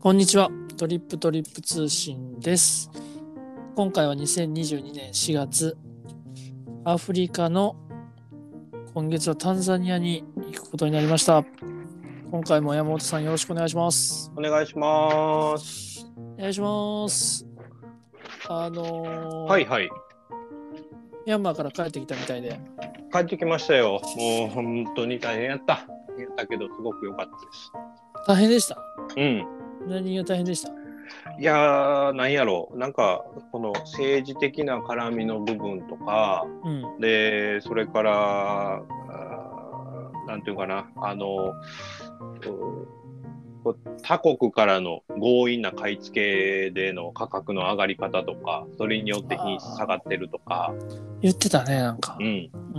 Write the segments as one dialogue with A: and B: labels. A: こんにちは。トリップトリップ通信です。今回は2022年4月、アフリカの今月はタンザニアに行くことになりました。今回も山本さんよろしくお願いします。
B: お願いします。
A: お願いします。あのー
B: はいはい。
A: ミャンマーから帰ってきたみたいで、
B: 帰ってきましたよ。もう本当に大変やった。大変やったけど、すごく良かった
A: 大変でした。
B: です。うん。
A: 何が大変でした
B: いやー、なんやろう。なんか、この政治的な絡みの部分とか、
A: うん。
B: で、それから、あーなんていうかな、あの、うんこう他国からの強引な買い付けでの価格の上がり方とか、それによって品質下がってるとか、
A: 言ってたね、なんか
B: う。ん。
A: うん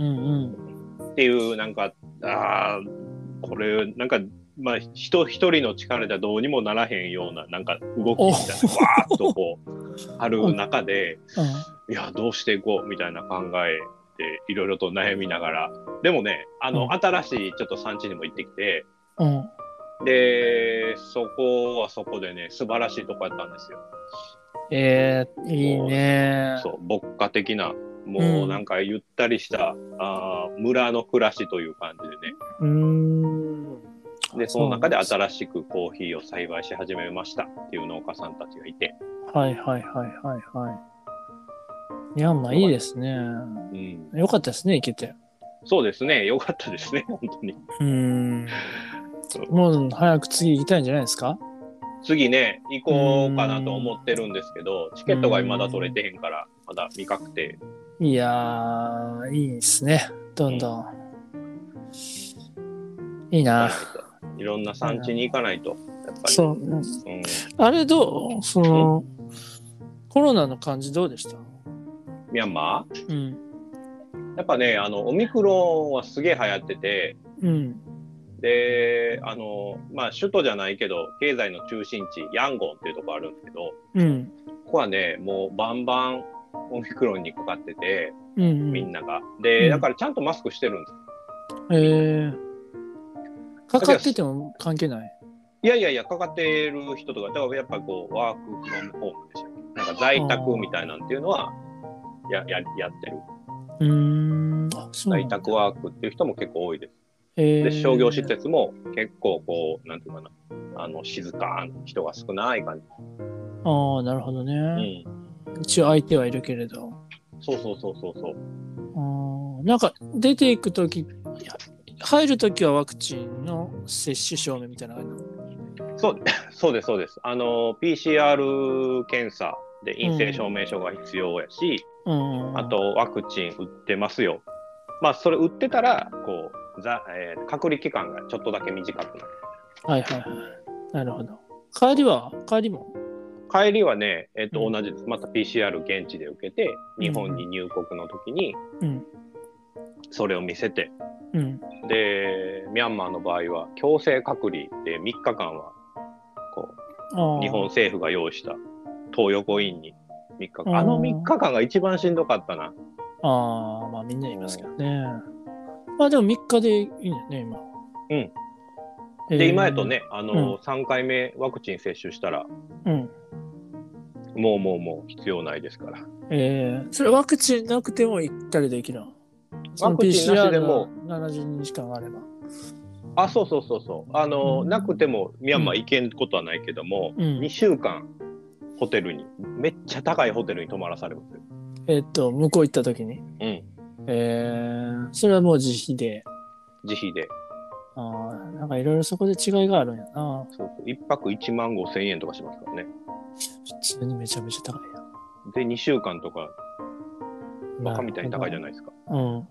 A: うん。
B: っていうなんかあーこれなんかまあ人一人の力じゃどうにもならへんようななんか動きみたいなわーっとこうある中でいやどうしていこうみたいな考えでいろいろと悩みながらでもねあの、
A: うん
B: 新しいちょっと産地にも行ってきて
A: うん。うん。
B: でそこはそこでね素晴らしいとこやったんですよ。
A: えー、いいね。
B: そう牧歌的なもうなんかゆったりした、あー村の暮らしという感じでね
A: うーん。
B: で、
A: あ
B: その中で新しくコーヒーを栽培し始めましたっていう農家さんたちがいて、
A: はいはいはいはいはい。ミャンマーいいですね。
B: うん、
A: よかったですね、行けて。
B: そうですね、よかったですね、 本当に。
A: うーん。もう早く次行きたいんじゃないですか
B: 次ね、行こうかなと思ってるんですけど、チケットがまだ取れてへんから、まだ未確定。
A: いやー、いいですね。どんどん。いいな。
B: いろんな産地に行かないと、やっぱり。。
A: そうう。うん
B: ん、
A: あれどうその、コロナの感じどうでした
B: ミャンマー
A: うん。
B: やっぱね、あの、オミクロンはすげえ流行ってて、
A: うん。
B: で、あの、まあ、首都じゃないけど、経済の中心地、ヤンゴンっていうとこあるんですけど、
A: うん。
B: ここはね、もうバンバンオミクロンにかかってて、
A: うん、うん。
B: みん
A: な。
B: なが。で、
A: うん
B: だからちゃんとマスクしてるんです。
A: えー。かかってても関係ない。
B: いやいやいや、かかってる人とか、だからやっぱこう、ワークフロムホームでしょ。なんか在宅みたいなんていうのは、やややってる。
A: うーん。あそうな
B: 在
A: んだ
B: 宅ワークっていう人も結構多いです。
A: え
B: で、
A: ー
B: 商業施設も結構こう、なんていうかな、あの、静かに人が少ない感じ。
A: ああ、なるほど
B: う
A: ね。
B: ん。
A: 一応相手はいるけれど。
B: そうそうそうそうそう。
A: あーなんか出ていくとき、いや入るときはワクチンの接種証明みたいなのあるの
B: そう、そうです、そうです。あの、PCR 検査で陰性証明書が必要やし、
A: うんうん。
B: あと、ワクチン打ってますよ。まあ、それ打ってたら、こう、ざえー隔離期間がちょっとだけ短くなる。
A: はいはいはい。なるほど。帰りは帰りも
B: 帰りはね、えっ、
A: う
B: と、
A: ん
B: 同じです。また PCR 現地で受けて、日本に入国の時に、
A: うん。
B: それを見せて、
A: うん。
B: で、ミャンマーの場合は、強制隔離で3日間は、こ
A: あ
B: う、
A: あ
B: 日本政府が用意した、東横インに3日
A: うん
B: 間。あの3日間が一番しんどかったな。
A: ああ、まあみんな言いますけどね。まあでも3日でいいんだよね、今。
B: うん
A: えー
B: で、今やと。ね、あの、3回目ワクチン接種したら、
A: うん。
B: もうもうもう必要ないですから。
A: えー、それワクチンなくても行ったりできるの
B: ワクチンなしでも。
A: その PCR の72時間があれば。
B: あ、そうそうそうそう。あの、
A: うん
B: なくてもミャンマー行けんことはないけども、
A: うん
B: 2週間ホテルに、めっちゃ高いホテルに泊まらされますよ。
A: えっと、向こう行った時に。
B: うん。
A: えー、それはもう自費で。
B: 自費で。
A: あーなんかいろいろそこで違いがあるんやな。
B: そうそう。1泊1万5千円とかしますからね。
A: 普通にめちゃめちゃ高いやん。
B: で、2週間とか、バカみたいに高いじゃ
A: ない
B: ないですか。
A: うん。
B: うん、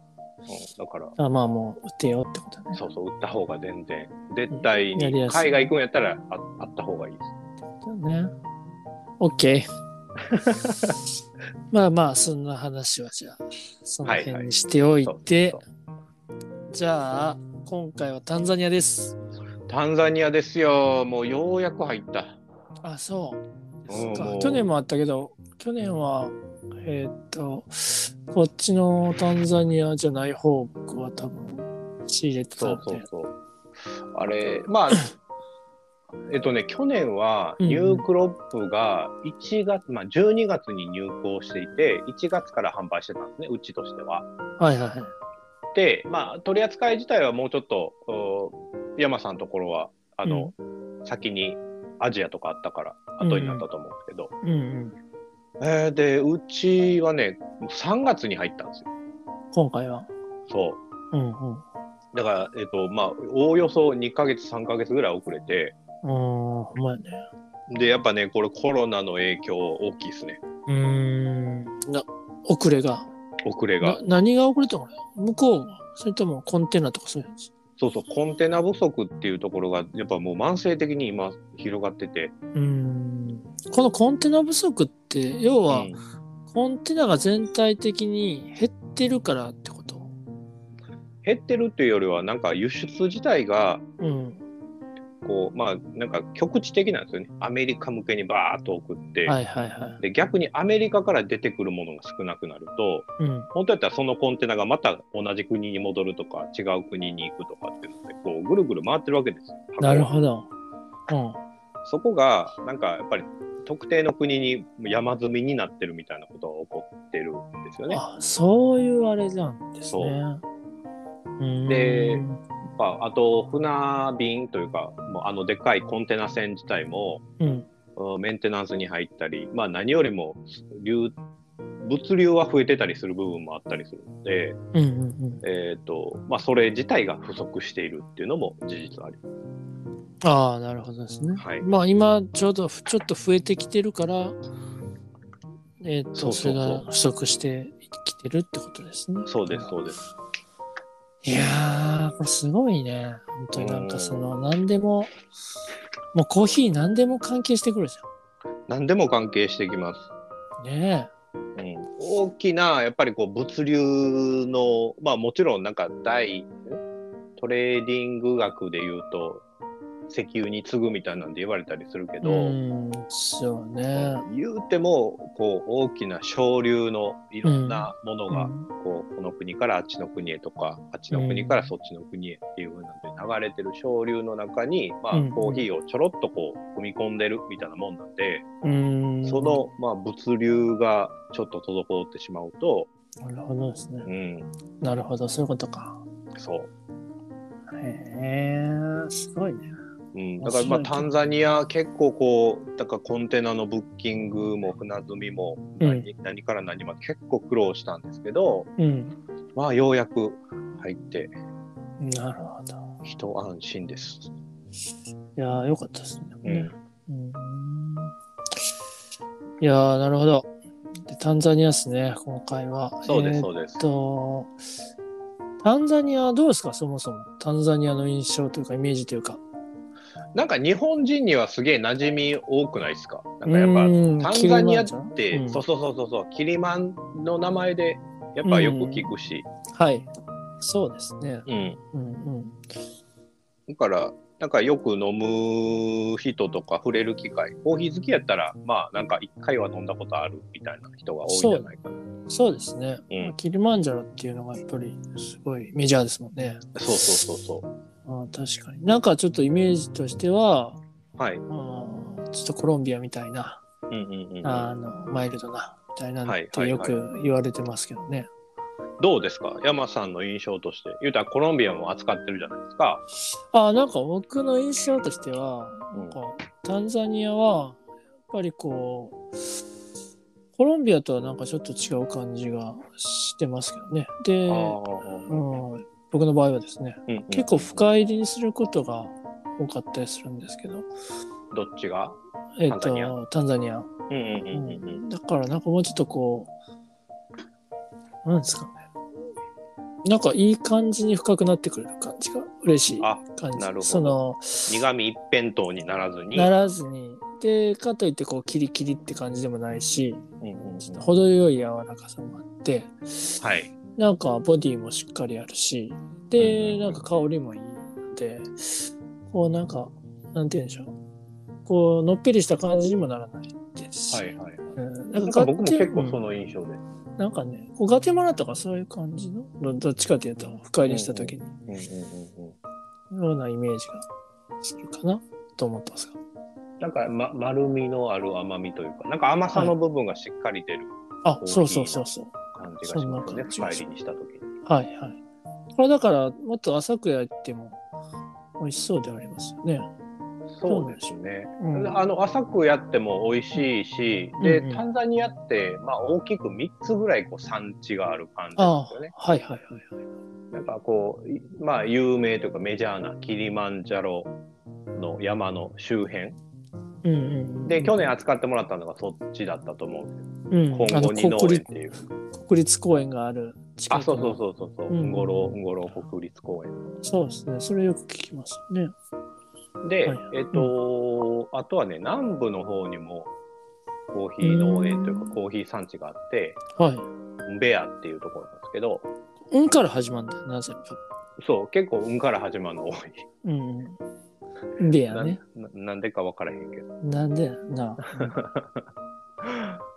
B: だから、
A: あまあもう、打てよってことね。
B: そうそう、売った方が全然、絶対
A: やりや
B: に、
A: すい
B: 海外行くんやったらああった方がいいです。
A: だよね。OK。ま あまあ、そんな話はじゃあ、その
B: はいは
A: 辺に
B: い
A: しておい
B: そう
A: て、
B: そう
A: じゃあ、今回はタンザニアです。
B: タンザニアですよ。もうようやく入った。
A: あ、そう。
B: うん
A: そっか
B: もう
A: 去年もあったけど、去年は、えーっと、こっちのタンザニアじゃない方は多分仕入れてた
B: そ
A: ん
B: う
A: で。
B: そうそう。あれ、まあ、えっとね、去年は
A: うん
B: ニュークロップが1月、まあ、12月に入校していて、1月から販売してたんですね、うちとしては。
A: はいはいはい。
B: で、まあ、取り扱い自体はもうちょっと、お山さんのところは、あの、先にアジアとかあったから、後になったと思うんですけど、
A: うんうん。
B: えーで、うちはね、3月に入ったんですよ。
A: 今回は。
B: そう。
A: うんうん。
B: だから、えっと、まあ、おおよそ2ヶ月、3ヶ月ぐらい遅れて、
A: うん、ほんまやね。
B: で、やっぱね、これコロナの影響大きいですね。
A: うーん。な、遅れが。
B: 遅れが
A: な。何が遅れたの向こうはそれともコンテナとかそういうやつ。
B: そうそう、コンテナ不足っていうところが、やっぱもう慢性的に今広がってて。
A: うーん。このコンテナ不足って、要は、
B: うん
A: コンテナが全体的に減ってるからってこと
B: 減ってるっていうよりは、なんか輸出自体が、
A: うん。
B: こう、まあ、なんか局地的なんですよね。アメリカ向けにバーッと送って。
A: はいはいはい。
B: で逆にアメリカから出てくるものが少なくなると
A: うん。
B: 本当やったらそのコンテナがまた同じ国に戻るとか違う国に行くとかっていうのでこうぐるぐる回ってるわけですよ。
A: なるほど。うん。
B: そこがなんかやっぱり特定の国に山積みになってるみたいなことが起こってるんですよね。
A: あそういうあれなんです
B: そう
A: ね。うーん
B: でまあ、あと船便というかもうあのでっかいコンテナ船自体も
A: うん、
B: うんメンテナンスに入ったり、まあ、何よりも流物流は増えてたりする部分もあったりするので、
A: うん、うん、
B: えーとまあ、それ自体が不足しているっていうのも事実ありま
A: ああ、なるほどですね。
B: はい
A: まあ今、ちょうどふちょっと増えてきてるから、えっ、と
B: そう
A: そ
B: そうそう
A: れが不足してきてるってことですね。
B: す。そうです、そうです。
A: いやー、これすごいね。本当になんかその、何でも、もうコーヒー何でも関係してくるじ
B: 何でも関係してきます。
A: ゃん。ね
B: うん、大きなやっぱりこう物流のまあもちろんなんか第トレーディング学で言うと石油に次ぐみたいなんで言われたりするけ
A: え。う
B: ど、
A: ん、そうね。
B: 言うてもこう大きな昇流のいろんなもの
A: う
B: が
A: ん
B: こうこの国からあっちの国へとかあっちの国からそっちの国へっていうふうなんで流れてる昇流の中にまあ
A: うん
B: コーヒーをちょろっとこう組み込んでるみたいなもんなんで
A: うん、
B: そのまあ物流がちょっと滞ってしまうと、
A: なるほどですね
B: う。ん、
A: なるほど、そういうことか。
B: そう。
A: へえ、すごいね。
B: うん、だからま
A: 面白い
B: あ
A: けど
B: タンザニア結構こうだからコンテナのブッキングも船積みも何,、何から何まで結構苦労したんですけど
A: うん。
B: まあようやく入って
A: なるほど。
B: 一安心です。
A: いやー、よかったです
B: う
A: ね
B: ん。
A: うん。いやー、なるほど。で、タンザニアですね、今回は。
B: そうです、
A: えー
B: そうです
A: えっ。と、タンザニアどうですか、そもそも。タンザニアの印象というか、イメージというか。
B: なんか日本人にはすげえ馴染み多くないですかなんかやっぱタンザニアって、
A: うん
B: そうそうそうそうそうキリマンの名前でやっぱよく聞くし、
A: ア。はい。そうですね。
B: うん、
A: うんうん。
B: だから、なんかよく飲む人とか触れる機会、コーヒー好きやったら、まあなんか一回は飲んだことあるみたいな人が多いんじゃないかな。
A: そうですね。
B: うん
A: まあキリマンジャロっていうのがやっぱりすごいメジャーですもんね。
B: そうそうそうそ
A: ああ確かに。なんかちょっとイメージとしては、
B: う。はい。
A: ああちょっとコロンビアみたいな、
B: うんうんうん。
A: あのマイルドなみたいなの
B: はい
A: っ
B: はいは
A: て
B: い
A: よく言われてますけどね。
B: どうですか山さんの印象として。言うたらコロンビアも扱ってるじゃないですか。
A: ああなんか僕の印象としては、なんかタンザニアはやっぱりこう、コロンビアとはなんかちょっと違う感じがしてますけどね。で、
B: あ
A: うん、僕の場合はですね。
B: あ。
A: 結構深入りにすることが多かったりするんですけど、
B: うんどっちが
A: えっ、
B: タンザニア
A: と、タンザニア。
B: うんうんうんうんうん。
A: だからなんかもうちょっとこう、なんですかね。なんかいい感じに深くなってくれる感じが嬉しい
B: あ
A: 感じ。
B: なるほど
A: その、
B: 苦味一辺倒にならずに。
A: ならずに。で、かといってこう、キリキリって感じでもないし、
B: うんうんうん
A: ちょっと程よい柔らかさもあって、
B: はい。
A: なんかボディもしっかりあるし、で、なんか香りもいいので、こうなんか、なんて言うんでしょう。こう、のっぺりした感じにもならないですし。
B: はいはい。
A: うん
B: なんか僕も結構その印象で。
A: なんかね、こうガテマラとかそういう感じの、どどっちかというと、深入りした時に、
B: うんうんうんうん
A: ようなイメージがするかな。と思ったんですか
B: なんか、ま、丸みのある甘みというか、なんか甘さの部分がしっかり出る
A: あ
B: コー、ヒー
A: そうそうそうそう。
B: 感じがしますね、
A: はい
B: 深入りにした時に。
A: はいはい。これだから、もっと浅く焼いても美味しそうではありますよね。
B: そうですね。
A: うん
B: あの浅くやっても美味しいし、で、
A: うんうん
B: タンザニアって、まあ、大きく3つぐらいこう産地がある感じなん
A: あ
B: ですよね。
A: あ、はいはいはいはい。
B: なんかこういまあ有名というかメジャーなキリマンジャロの山の周辺
A: うんうんうん、
B: で去年扱ってもらったのがそっちだったと思うんですよ
A: うん、あ
B: 今
A: の
B: 後に農
A: 国
B: 園っ
A: 立
B: ていう
A: 国立公園がある近
B: あ
A: くの
B: そうそうそうそうそう
A: うん
B: んごろうんごろ国立公園
A: そうですねそれよく聞きますよね
B: で、
A: はい
B: えっ、と、あとはね南部の方にもコーヒー農園というかコーヒー産地があって
A: はい
B: ンベアっていうところなんですけど
A: 「うん」から始まるんだよな全
B: そう結構運から始まるの多い
A: 部うんでやね
B: ななんでか分からへんけど
A: なんでやな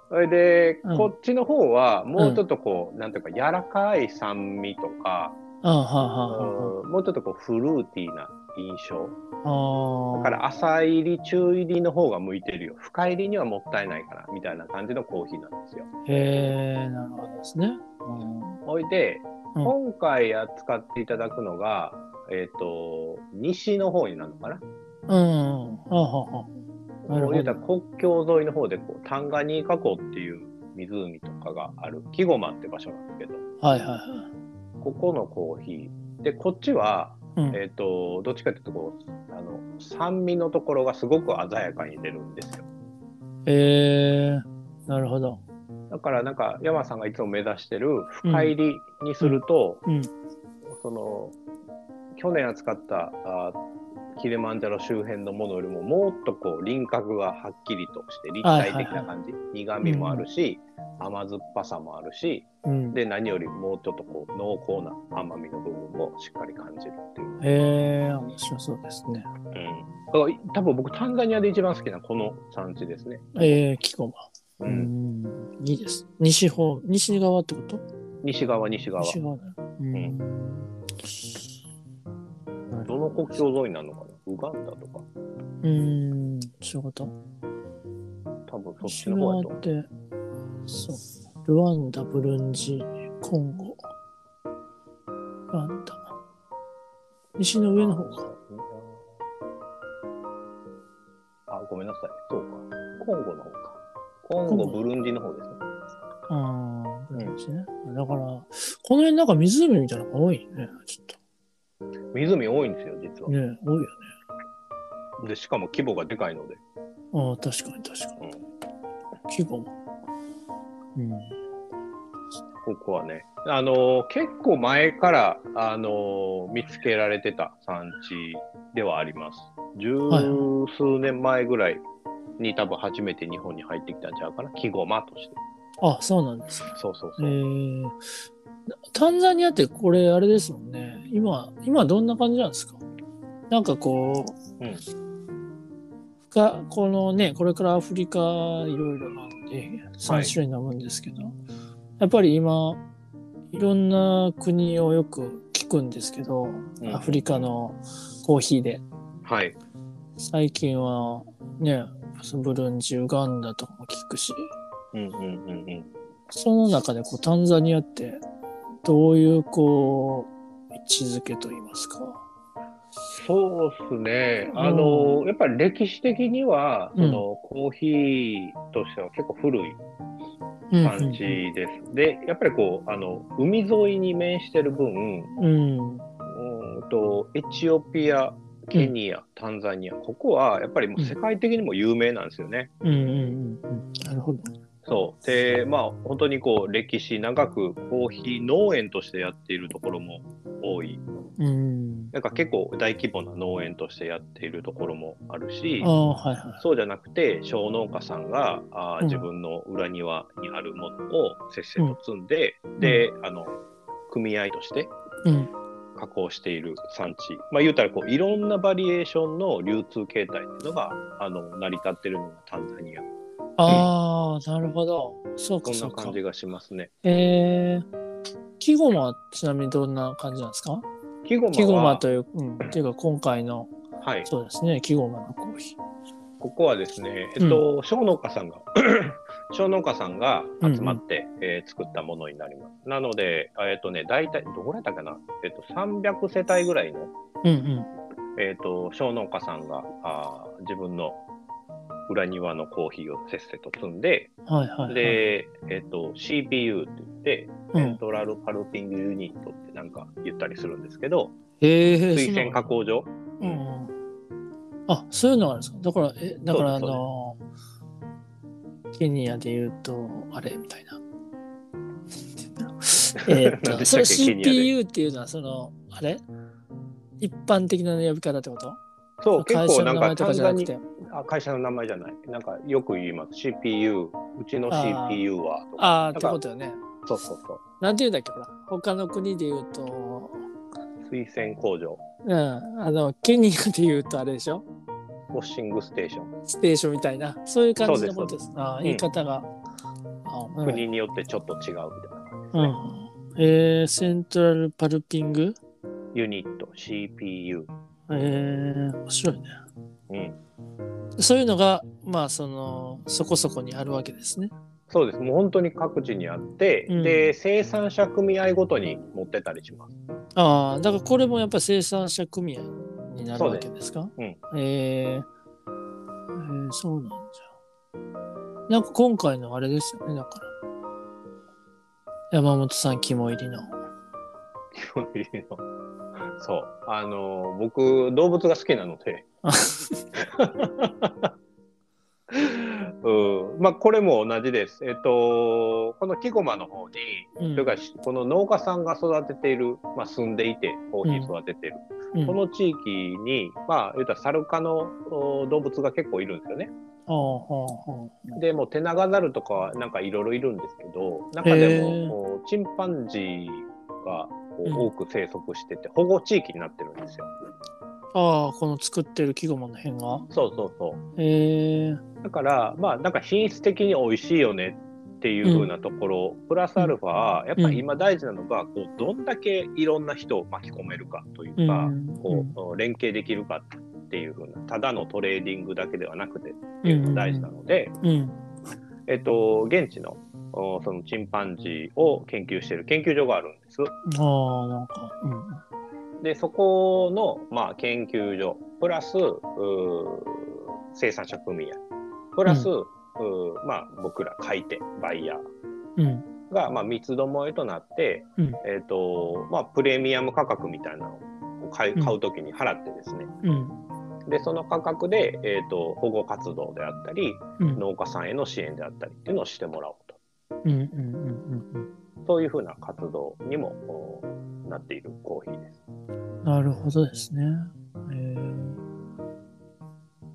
B: それで、
A: うん
B: こっちの方はもうちょっとこう、なんていうか柔らかい酸味とか、
A: ああはあはあは
B: うんもうちょっとこうフルーティーな印象
A: ああ
B: だ
A: あ
B: から浅入り中入りの方が向いてるよ深入りにはもったいないからみたいな感じのコーヒーなんですよ。
A: へえなるほどですね、うん、
B: ほいで、
A: うん
B: 今回扱っていただくのがえっ、と西の方になるのかな
A: うんうんはあはなるほど
B: こういったら国境沿いの方でこうタンガニーカ湖っていう湖とかがあるキゴマって場所なんですけど
A: あはいはいはい
B: ここのコーヒーでこっちは、
A: うん
B: えっとどっちかというとこうあの酸味のところがすごく鮮やかに出るんですよ
A: へえなるほど
B: だからなんか山さんがいつも目指してる深入りにすると、
A: うん
B: その去年扱ったあキレマンジャロ周辺のものよりももっとこう輪郭がはっきりとして立体的な感じ、苦味もあるし、甘酸っぱさもあるし
A: うんへ
B: で何よりもうちょっとこう濃厚な甘みの部分もしっかり感じるっていう、
A: え面白そうですね
B: だからい多分僕タンザニアで一番好きなこの産地ですね、
A: ええキコマう
B: う、
A: んんいいです西方西側ってこと
B: 西側西側
A: 西側だうん
B: どの国境沿いになるのかなウガンダとか
A: うん、そういうこと。
B: 多分そっち
A: 西
B: の方
A: 側
B: や
A: っ
B: と思う
A: て、そう。ルワンダ、ブルンジ、コンゴ。ルワンダ。西の上の方か。
B: あごめんなさいそうかコンゴの方かコンゴ
A: コンゴ
B: ブルンジの方ですね
A: ああ、ブ
B: ん
A: ルンジね。だから、この辺なんか湖みたいなのが多いね。ちょっ
B: 湖多いんですよ実は、
A: と。ね、多いよね。
B: でしかも規模がでかいので、
A: ああ、確かに確か
B: うん
A: に。規模も。うん。
B: ここはね、あのー結構前から、あのー見つけられてた産地ではあります。十数年前ぐらいに多分初めて日本に入ってきたんちゃうかな、木駒として。
A: あ、そうなんですね。
B: そうそう
A: え
B: そう。
A: ータンザニアってこれあれですもんね今今どんな感じなんですかなんかこう、
B: うん
A: 深このねこれからアフリカいろいろなんで3種類なもんですけど、やっぱり今いろんな国をよく聞くんですけど、
B: うん
A: アフリカのコーヒーで
B: はい。
A: 最近はねブルンジウガンダとかも聞くし
B: うんうんうんうん。
A: その中でこうタンザニアってどういうこう位置づけといいますか。
B: そうですね。あのーやっぱり歴史的には、
A: うん
B: そのコーヒーとしては結構古い産地です。で、やっぱりこう、あの、海沿いに面してる分、
A: うん。
B: うーんとエチオピア、ケニア、タンザニア、ここはやっぱりもう世界的にも有名なんですよね。
A: うんうんうんうん。なるほど。
B: そうで、まあ、本当にこう歴史長くコーヒー農園としてやっているところも多い、
A: うん。
B: なんか結構大規模な農園としてやっているところもあるし
A: あ、あ、はいは
B: そうじゃなくて、小農家さんがあー
A: うん
B: 自分の裏庭にあるものをせっせと積んで、であの組合として
A: い。うん。
B: 加工している産地、まあ、言うたらこういろんなバリエーションの流通形態っていうのがあの成り立ってるのがタンザニア
A: ああ、なるほど。そうか
B: こん
A: そ
B: な
A: うか
B: 感。じがしますね。
A: えー。キゴマはちなみにどんな感じなんですか
B: キゴ
A: キゴ
B: マ
A: マ
B: は
A: という、うん、っていうか今回の
B: はい。
A: そうですね、記号がのコーヒ
B: ここはですね、えっと、小農家さんが、 小農家さんが集まって、えー作ったものになります。なので、えっとね、大体、どこらだったかな、えっと、300世帯ぐらいの、
A: ー。うん
B: えっと、小農家さんが、あー自分の裏庭のコーヒーをせっせと積んで、
A: うん。はいはい、はい。
B: で、えっと、CPU って言って、
A: う
B: セ
A: ん
B: ン、トラルパルピングユニットってなんか言ったりするんですけど、
A: へえ
B: 水薦加工場、
A: うんあそういうのがあるんですかだからえだからあ
B: そうです
A: のケニアで言うとあれみたい な。えーっ
B: 何
A: と
B: で
A: それ
B: したっけケニアで
A: CPU っていうのはそのあれ一般的な呼び方ってこと
B: そう、結
A: 会社
B: 構
A: の
B: なん
A: 名前
B: か
A: とか
B: 単
A: じゃな
B: 純
A: く
B: に
A: て。
B: あ会社の名前じゃない。なんかよく言います。CPU、うちの
A: あー
B: CPU はとか。
A: ああっ
B: なん
A: て
B: か
A: ことよね。
B: そうそうそう。
A: なんて言うんだっけほら他の国で言うと、
B: 推薦工場、
A: うん、あのケニアで言うとあれでしょ
B: ウォッシングステーション。
A: ステーションみたいなそういう感じのことです。ああ
B: す
A: 言い方が。あうん
B: 国によってちょっと違うみたいな感じです
A: う
B: ね。
A: ん。えー、セントラルパルピング
B: ユニット、CPU。
A: えー、面白いね。
B: うん。
A: そういうのが、まあ、その、そこそこにあるわけですね。
B: そうです。もう本当に各地にあって、
A: うん
B: で、生産者組合ごとに持ってたりします。
A: ああ、だからこれもやっぱ生産者組合になる
B: そう
A: わ
B: です
A: けですか
B: うん
A: えー、えーそうなんじゃ。なんか今回のあれですよね、だから。山本さん肝入りの。
B: そう。あの、僕、動物が好きなので。
A: あ
B: うん、まあこれも同じです。えっと、この木駒の方に、
A: うん
B: というかしこの農家さんが育てている、まあ、住んでいてコーヒー育ててる、
A: うん
B: この地域にまあ言うたらサル科のお動物が結構いるんですよね。
A: ああ、は
B: でもうテナガザルとかはなんかいろいろいるんですけど中で
A: へえ
B: もこうチンパンジーがこ
A: うん
B: う多く生息してて保護地域になってるんですよ。
A: あはあ、ああ、この作ってる季語の辺が。
B: そうそうそう
A: ええ
B: だからまあなんか品質的に美味しいよねっていう風なところ、プラスアルファやっぱり今大事なのがこうどんだけいろんな人を巻き込めるかという
A: うん
B: か、
A: う
B: こ
A: ん
B: う連携できるかっていう風なただのトレーディングだけではなくてっ
A: う
B: ていうんの
A: う
B: が
A: ん
B: 大事なので、
A: うん。
B: えっと、現地のおそのチンパンジーを研究している研究所があるんです。
A: ああ、なんか、うん。
B: でそこの、まあ、研究所プラスうー生産者組合プラス、
A: う
B: うーまあ、僕ら買い手バイヤー
A: うん。
B: が、まあ、三つどもえとなって、
A: うん
B: えっとまあ、プレミアム価格みたいなのを買い
A: うん
B: 買うときに払ってですね、
A: うん。
B: でその価格で、えっと保護活動であったり
A: うん。
B: 農家さんへの支援であったりっていうのをしてもらおうと
A: うん。うん。うん。
B: そういうふうな活動にもおなっているコーヒーです。
A: うん。なるほどですね。えー、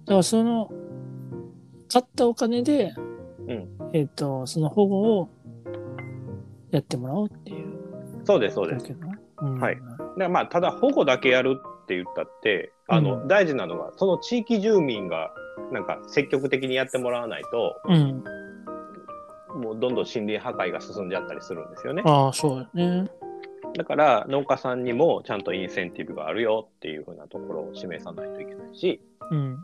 A: だからその、買ったお金で、
B: ん
A: えっ、と、その保護をやってもらおうっていう
B: そうですそう
A: だ
B: です
A: けど。うん
B: はい。でまあ、ただ保護だけやるって言ったってあの、
A: うん
B: 大事なのがその地域住民がなんか積極的にやってもらわないと
A: うん。
B: もうどんどん森林破壊が進んじゃったりするんですよね
A: ああ、そうよね。
B: だから農家さんにもちゃんとインセンティブがあるよっていうふうなところを示さないといけないし
A: うん。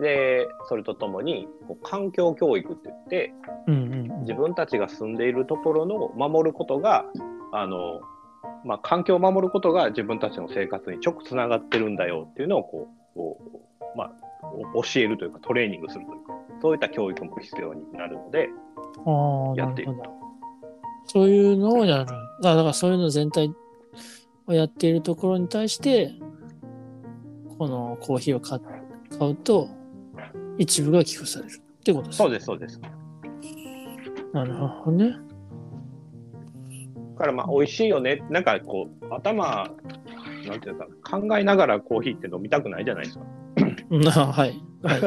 B: でそれとともにこう環境教育って言って
A: うんうん
B: 自分たちが住んでいるところの守ることがあの、まあ、環境を守ることが自分たちの生活に直つながってるんだよっていうのをこうこう、まあ、お教えるというかトレーニングするというかそういった教育も必要になるので
A: うん。ああ、
B: や
A: な
B: ってい
A: る
B: る
A: ほど。そういうのをやる。だだからそういうの全体をやっているところに対して、このコーヒーを買買うと、一部が寄付されるってことです。
B: そうですそうですだ
A: なるほどね。
B: からまあ美味しいよねなんかこう頭なんていうのか考えながらコーヒーって飲みたくないじゃないですか
A: うんあはい。 はい。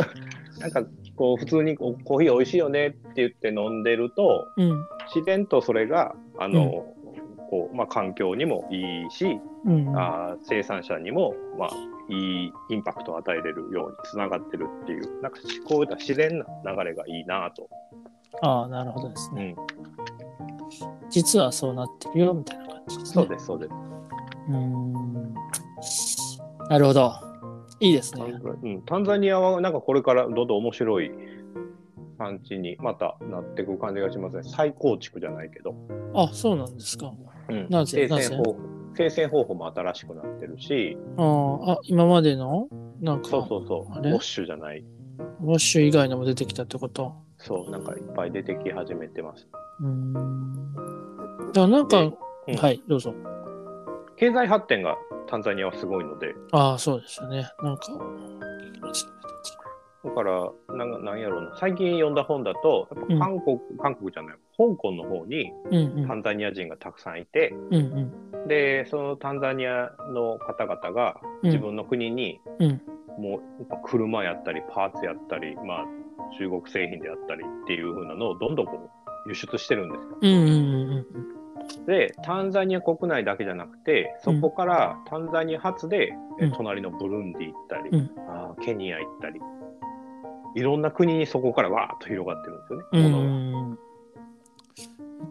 B: なんかこう普通にこうコーヒー美味しいよねって言って飲んでると
A: うん。
B: 自然とそれがあの、こうまあ、環境にもいいし
A: うん。
B: あー生産者にも、まあ、いいインパクトを与えれるようにつながってるっていうなんかこういった自然な流れがいいなと、
A: ああ、なるほどです
B: う
A: ね。
B: ん、
A: 実はそうなってるよ、みたいな感じですね。
B: そうですそうです
A: うーんなるほど。いいです
B: タン
A: ね。
B: ザうん、タンザニアはなんかこれからどんどん面白い産地にまたなっていく感じがしますね。再構築じゃないけど。
A: あ、そうなんですか。
B: うん
A: なぜ
B: 生
A: なぜ
B: 鮮方法生鮮方法も新しくなってるし、
A: あーあ、今までのなんか、
B: そうそうそう、
A: あ
B: ウ
A: れ
B: ォッシュじゃない、
A: ウォッシュ以外のも出てきたってこと。
B: そう、なんかいっぱい出てき始めてます。
A: うーん。だからなんか、
B: うん
A: はい、どうぞ。
B: 経済発展がタンザニアはすごいので、
A: ああ、そうですよね。なんか、
B: だから、なんなんやろうな、最近読んだ本だと、やっぱ韓国、韓国じゃない、香港の方に
A: うんうん
B: タンザニア人がたくさんいて、
A: うんうん
B: で、そのタンザニアの方々が
A: うん
B: 自分の国に、
A: うん
B: もうやっぱ車やったり、パーツやったり、まあ、中国製品であったりっていう風なのをどんどんこう輸出してるんですよ。
A: うんうんうん
B: でタンザニア国内だけじゃなくてそこからタンザニア発で、え
A: うん
B: 隣のブルンディ行ったり、
A: うん
B: あーケニア行ったりいろんな国にそこからわーっと広がってるんですよね。
A: うんうん
B: ものが
A: うん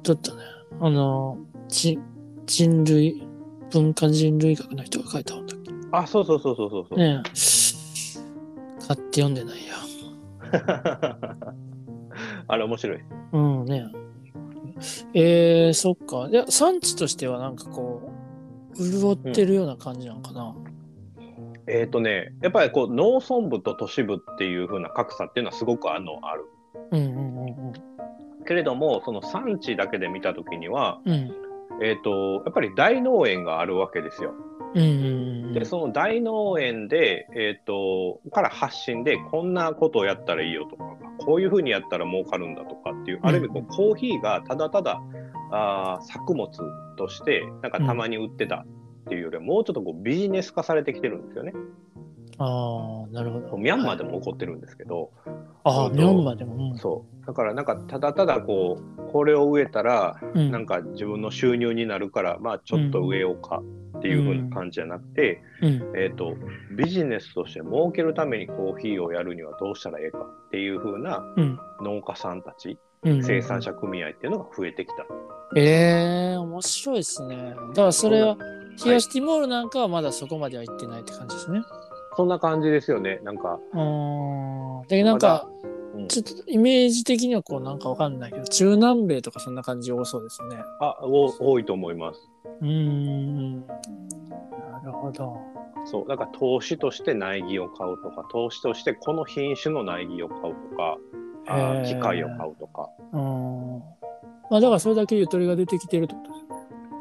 A: ちょっとね、あの、ち人類、文化人類学の人が書いた本だっ
B: あそうそうそうそうそう
A: け
B: そう。
A: ねえ買って読んでないや。
B: あれ面白いです。
A: うんね。えー、そっか。いや、産地としてはなんかこう、潤ってるような感じなのかな。
B: えっ、とねやっぱりこう農村部と都市部っていう風な格差っていうのはすごくあのある。
A: うんうんうん
B: けれどもその産地だけで見た時には、
A: うん。うん
B: えー、とやっぱり大農園があるわけですよ。
A: うんうんうん。
B: でその大農園で、えー、とから発信でこんなことをやったらいいよとかこういうふうにやったら儲かるんだとかっていうある意味こうコーヒーがただただあー作物としてなんかたまに売ってたっていうよりはもうちょっとこうビジネス化されてきてるんですよね。
A: ああ、なるほど。
B: ミャンマーでも起こってるんですけど、
A: ああ、
B: うん
A: ミャンマーでも。
B: そうだからなんかただただこうこれを植えたら
A: うん。うん
B: なんか自分の収入になるからまあちょっと植えようかっていうふうな感じじゃなくて、
A: うん
B: えー、とビジネスとして儲けるためにコーヒーをやるにはどうしたらええかっていう風な
A: うん
B: 農家さんたち、
A: うん。
B: 生産者組合っていうのが増えてきた。
A: ええ面白いですね。だからそれは、
B: そんなはい
A: 東ティモールなんかはまだそこまでは行ってないって感じですね。
B: そんな感じですよね。なんか、
A: うーん。だけどなんか、
B: うん
A: ちょっとイメージ的にはこうなんかわかんないけど、中南米とかそんな感じ多そうですね。
B: あお多いと思います。
A: うーん。なるほど。
B: そうだから投資として苗木を買うとか投資としてこの品種の苗木を買うとかあ
A: へ
B: ー
A: ー
B: 機械を買うとか
A: うーん。まあだからそれだけゆとりが出てきてるってことですね。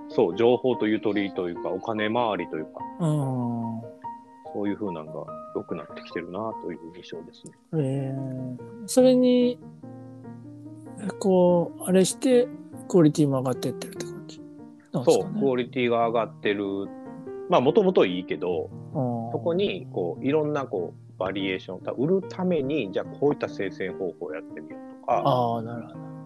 B: そう情報とゆとりというかお金回りというか
A: うーん。
B: そういう風なのが良くなってきてるなという印象ですね。
A: えーそれに、こう、あれして、クオリティも上がってってるって感じなんです
B: そ
A: か
B: う
A: ね。
B: クオリティが上がってるまあもともといいけど
A: そ
B: そこにこういろんなこうバリエーションだ売るためにじゃあこういった生鮮方法をやってみようとか
A: ああ、なる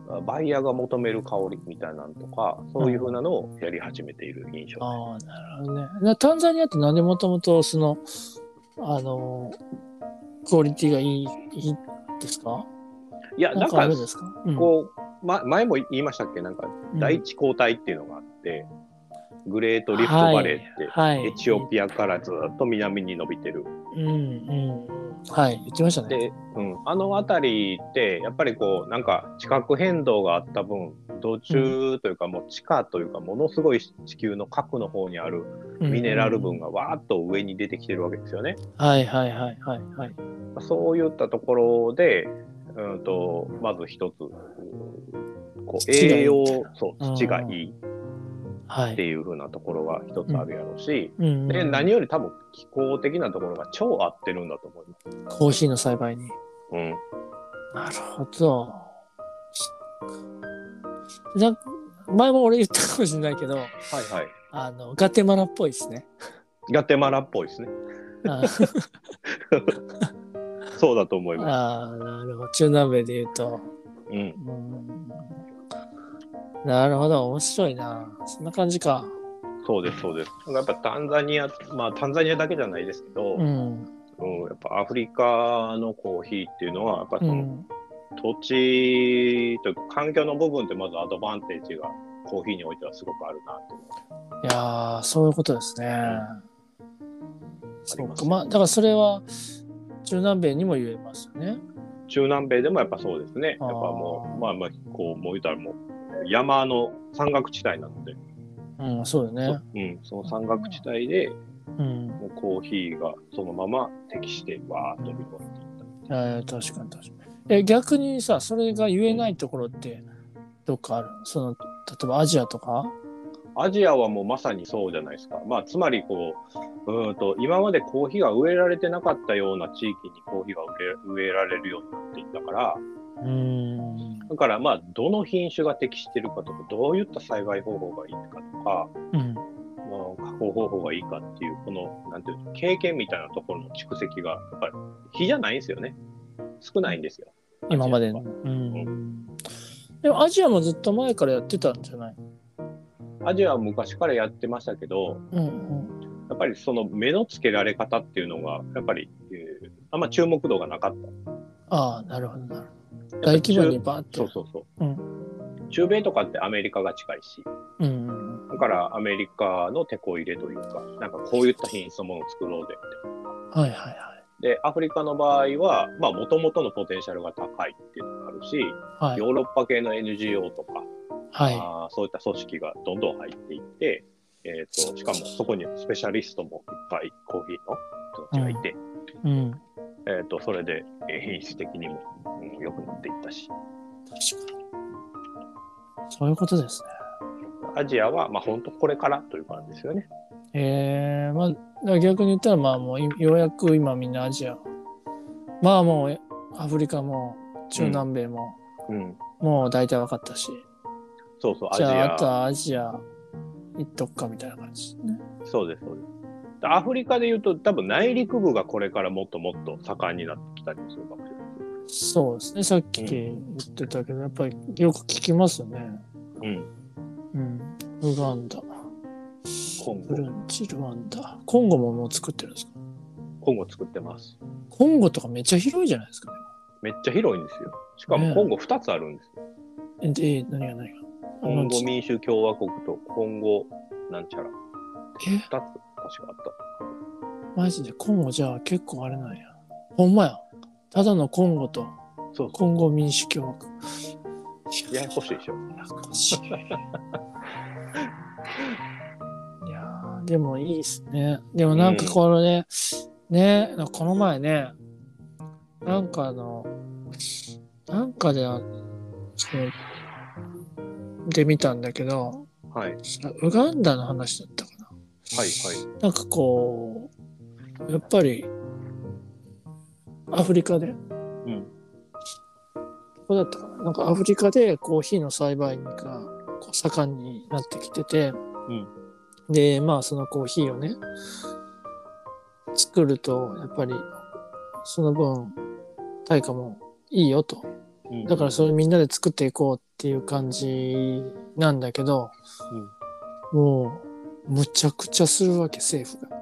A: ほど。
B: バイヤーが求める香りみたいなのとかそういうふうなのをやり始めている印象、
A: ああ、なるほどね。なタンザニアってなんでもともと、その、あの、クオリティがいい、いいですか
B: いや
A: な
B: だ
A: んかあ
B: から
A: るんですかうん
B: こう、ま、前も言いましたっけなんか
A: うん
B: 第一交代っていうのがあって、グレートリフトバレーって、
A: はい、
B: エチオピアからずっと南に伸びてる
A: うんうん。はい、言ってましたね。
B: で、うん、あの辺りってやっぱりこうなんか地殻変動があった分土中というかもう地下というかものすごい地球の核の方にあるミネラル分
A: が。
B: がわーっと上に出てきてるわけですよね。
A: はいはいはいはいはい。
B: まあそういったところで、うん、とまず一つうんこう
A: 土がいい
B: 栄養
A: みたいな
B: そう
A: うん
B: 土がいい
A: は
B: って
A: い。
B: いう風なところが一つあるやろうし、
A: うん
B: で何より多分気候的なところが超合ってるんだと思います。
A: コーヒーの栽培に。
B: うん
A: なるほど。なん前も俺言ったかもしれないけど、
B: はいはい、
A: あの、ガテマラっぽいですね。
B: ガテマラっぽいですね。
A: あ
B: そうだと思います。
A: あー、なるほど。中南米で言うと。
B: うん、
A: うんなるほど。面白いな。そんな感じか。
B: そうです、そうです。やっぱタンザニア、まあタンザニアだけじゃないですけど、
A: う
B: うん
A: ん。
B: やっぱアフリカのコーヒーっていうのは、やっぱ
A: う
B: その
A: ん。
B: 土地というか環境の部分ってまずアドバンテージがコーヒーにおいてはすごくあるなって思
A: いやー、そういうことですね。
B: り
A: そう
B: ま
A: か
B: す。
A: まあだからそれは中南米にも言えますよね。
B: 中南米でもやっぱそうですね。やっぱ
A: あー
B: もう、まあまあ、こう、もう言ったらもう、山の山岳地帯なので、
A: うん、そうだよね。
B: うん、その山岳地帯で、
A: うん、
B: もうコーヒーがそのまま適して、わーっと広がっていった。
A: えー確かに確かに。え逆にさそれが言えないところってどっかあるその例えばアジアとか
B: アジアはもうまさにそうじゃないですか。まあ、つまりこう、うーんと、今までコーヒーが植えられてなかったような地域にコーヒーが植え植えられるようになっていったから、
A: うん
B: だからまあ、どの品種が適してるかとか、どういった栽培方法がいいかとか、
A: うん
B: まあ加工方法がいいかっていう、この、なんていうの、経験みたいなところの蓄積が、やっぱり、比じゃないんですよね。少ないんですよ。
A: 今まで
B: アジア
A: の
B: は。
A: うん、でもアジアもずっと前からやってたんじゃない
B: アジアは昔からやってましたけど、
A: うんうん
B: やっぱりその目の付けられ方っていうのが、やっぱり、えーあんま注目度がなかった。
A: ああなるほどなるほど。大規模にバーッ
B: そう
A: と。
B: そうそう。中米とかってアメリカが近いし、
A: うんうん
B: だからアメリカの手こ入れというか、なんかこういった品質のものを作ろうぜみ
A: はいはいは
B: たいな。で、アフリカの場合は、まあ、もともとのポテンシャルが高いっていうのがあるし、
A: い。
B: ヨ
A: はい。
B: ーロッパ系の NGO とか、
A: は
B: あーそういった組織がどんどん入っていって、えー、としかもそこにはスペシャリストもいっぱいコーヒーの人たちがいて、
A: い。うん。
B: えー、とそれでえー品質的にもうん良くなっていったし
A: 確かに。そういうことですね。
B: アジアはまあ本当これからという感じですよね。
A: えー、まあ、だから逆に言ったら、まあもうい、ようやく今みんなアジア。まあもう、アフリカも、中南米も、
B: うん、
A: もう大体分かったし。
B: そうそうアジ
A: じゃあ、あと
B: ア
A: はアジア行っとくかみたいな感じですね。
B: そうですそうです。アフリカでいうと多分内陸部がこれからもっともっと盛んになってきたりもするかもしれない
A: そうですね。さっき言ってたけど、やっぱりよく聞きますよね。
B: うん、
A: うん。ウガンダ、
B: 今
A: ブ
B: 後
A: ルンジ、ルワンダ。コンゴももう作ってるんですか
B: 今後作ってます。
A: コンゴとかめっちゃ広いじゃないですか、
B: めっちゃ広いんですよ。しか
A: ね
B: も今後2つあるんですよ
A: え、で、何が何が。
B: コンゴ民主共和国とコンゴなんちゃら。
A: え
B: 2つ確かあっ
A: マジでコンゴじゃあ結構あれなんや。ほんまや。ただのコンゴと
B: た。そう
A: コンゴ民主共和国。
B: ややこしいでしょ。
A: ややこしい。いやーでもいいっすね。でもなんかこのね、ね、この前ね、なんかあの、なんかで、あそので見たんだけど、
B: はい。はい
A: ウガンダの話だったかな。
B: はい。
A: なんかこう、やっぱり、アフリカで、
B: うん。
A: どこだったかななんかアフリカでコーヒーの栽培がこう盛んになってきてて、
B: ん
A: でまあそのコーヒーをね作るとやっぱりその分対価もいいよと
B: うん
A: だからそれみんなで作っていこうっていう感じなんだけど、もうむちゃくちゃするわけ政府が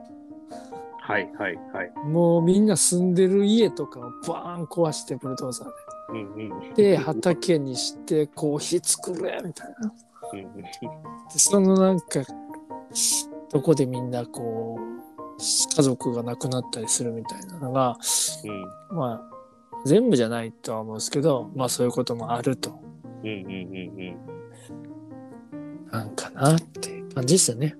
B: はいはいはい。
A: もうみんな住んでる家とかをバーン壊してブルドーザーで。
B: うんうん。
A: で畑にしてコーヒー作れみたいな。
B: うんうん
A: でそのなんかどこでみんなこう家族が亡くなったりするみたいなのがまあ全部じゃないとは思うんですけどまあそういうこともあると
B: うんうんうんうん。
A: なんかなっていう感じですよね。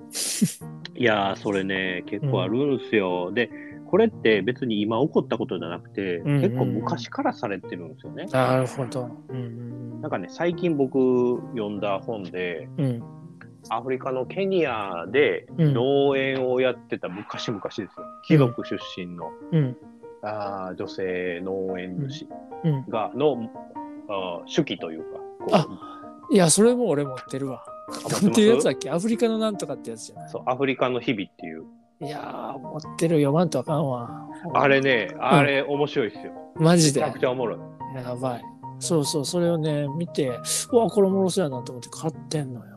B: いやー、それね、結構あるんですよ。で、これって別に今起こったことじゃなくて、
A: んうん
B: 結構昔からされてるんですよね。
A: なるほど。うん
B: なんかね、最近僕読んだ本で、
A: うんうん
B: アフリカのケニアで
A: うん
B: 農園をやってた昔々ですよ。貴族出身の、
A: うん
B: あー女性農園主
A: うん。
B: が、のあー手記というか、こう
A: いやそれも俺持ってるわ。
B: 持って
A: な
B: ます
A: んていうやつだっけアフリカのなんとかってやつじゃない。
B: そうアフリカの日々っていう。
A: いやー持ってる読まんとあかんわ。
B: あれね、あれ面白いですよ。
A: マ
B: め
A: ジ
B: ち
A: で
B: ゃくちゃおもろい。
A: やばい。そうそう、それをね、見て、うわ、これおもろそうやなと思って買ってんのよ。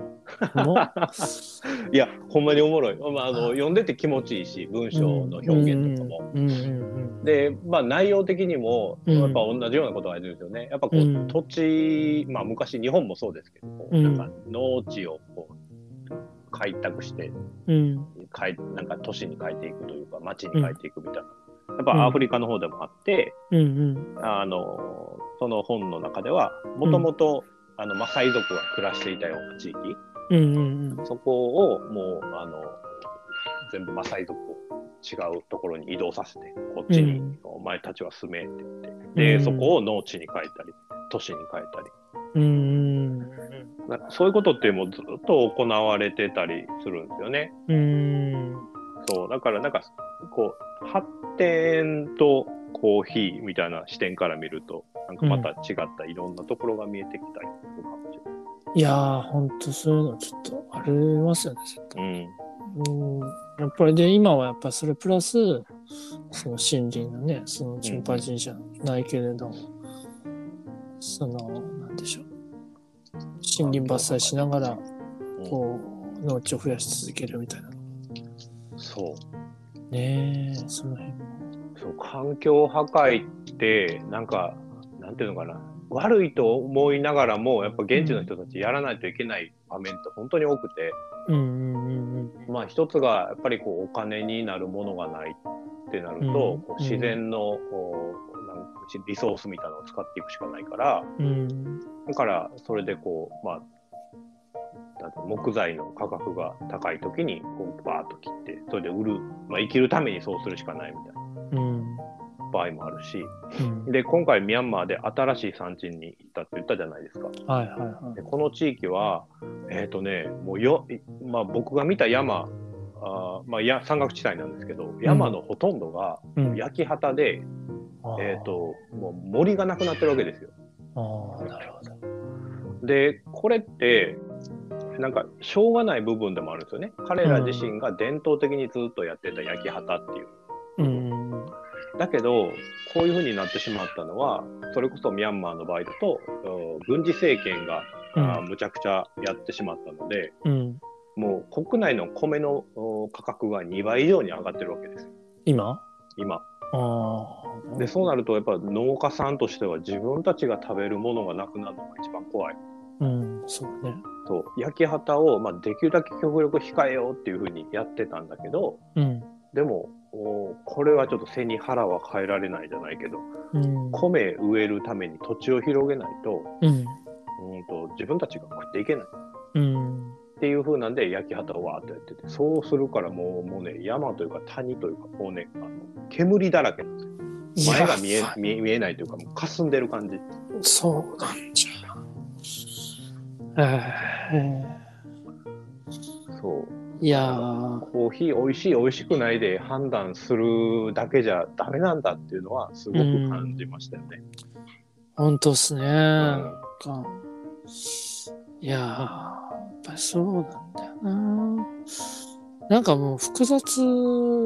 A: もう
B: いや、ほんまにおもろい。まあ、あの読んでて気持ちいいし、文章の表現とかも。
A: うんうんうん
B: で、まあ、内容的にも、
A: うん
B: やっぱ同じようなことがあるんですよね。やっぱこう、
A: うん
B: 土地、まあ、昔日本もそうですけど、こう
A: うん
B: なんか農地をこう開拓して、
A: うんうん
B: 変えなんか都市に変えていくというか町に変えていくみたいな、やっぱアフリカの方でもあって、
A: うん
B: あのその本の中ではもともとあのマサイ族が暮らしていたような地域
A: うんうんうん
B: そこをもうあの全部マサイ族を違うところに移動させてこっちに
A: うん
B: お前たちは住めって言って、
A: う
B: で
A: ん
B: そこを農地に変えたり都市に変えたり
A: うんうん
B: なんかそういうことってもうずっと行われてたりするんですよね。
A: うんうん
B: そうだからなんかこう発展とコーヒーみたいな視点から見るとなんかまた違ったいろんなところが見えてきたりするかもし
A: いやーほんとそういうのちょっとありますよね絶対
B: れない。
A: うんやっぱりで今はやっぱりそれプラスその森林のねそのチンパンジーじゃないけれども、そのなんでしょう森林伐採しながら
B: うんうん
A: こう農地を増やし続けるみたいな
B: そう
A: ねえその辺
B: そう環境破壊ってなんかなんていうのかな悪いと思いながらもやっぱ現地の人たちやらないといけない場面って本当に多くて、
A: うんうんうんうん
B: まあ一つがやっぱりこうお金になるものがないってなると、
A: うん
B: こう自然のこうなんかリソースみたいなのを使っていくしかないから
A: うん
B: だからそれでこうまあなんていうの木材の価格が高い時にこうバーッと切ってそれで売る、まあ、生きるためにそうするしかないみたいな
A: うん
B: 場合もあるし、
A: うん
B: で今回ミャンマーで新しい山地に行ったって言ったじゃないですか。
A: はいはいはい
B: でこの地域はえっ、とねもうよ、まあ、僕が見た山あーまあ、や山岳地帯なんですけど山のほとんどが
A: うん
B: 焼き畑で、
A: あー
B: えー、ともう森がなくなってるわけですよ。
A: ああなるほど
B: でこれってなんかしょうがない部分でもあるんですよね。彼ら自身が伝統的にずっとやってた焼き畑っていう。
A: うん
B: だけどこういうふうになってしまったのはそれこそミャンマーの場合だとうん軍事政権があーむちゃくちゃやってしまったので、
A: うん
B: もう国内の米のお価格が2倍以上に上がってるわけですよ
A: 今
B: 今
A: ああ
B: でそうなるとやっぱ農家さんとしては自分たちが食べるものがなくなるのが一番怖い
A: うんそうね
B: と焼き畑を、まあ、できるだけ極力控えようっていうふうにやってたんだけど
A: うん
B: でもおこれはちょっと背に腹は変えられないじゃないけど
A: うん
B: 米植えるために土地を広げないと
A: うん
B: うんと自分たちが食っていけない
A: うん
B: っていう風なんで焼き畑をわーっとやっててそうするからもうもうね山というか谷というかもうねあの煙だらけなんですよ前が見え
A: いや
B: 見え見えないというかもう霞んでる感じ
A: そうなんじゃ。え
B: そう
A: ーいやー
B: コーヒー美味しい美味しくないで判断するだけじゃダメなんだっていうのはすごく感じましたよね、
A: 本当っすね。なん
B: う
A: かいやーやっぱりそうなんだよな。なんかもう複雑っ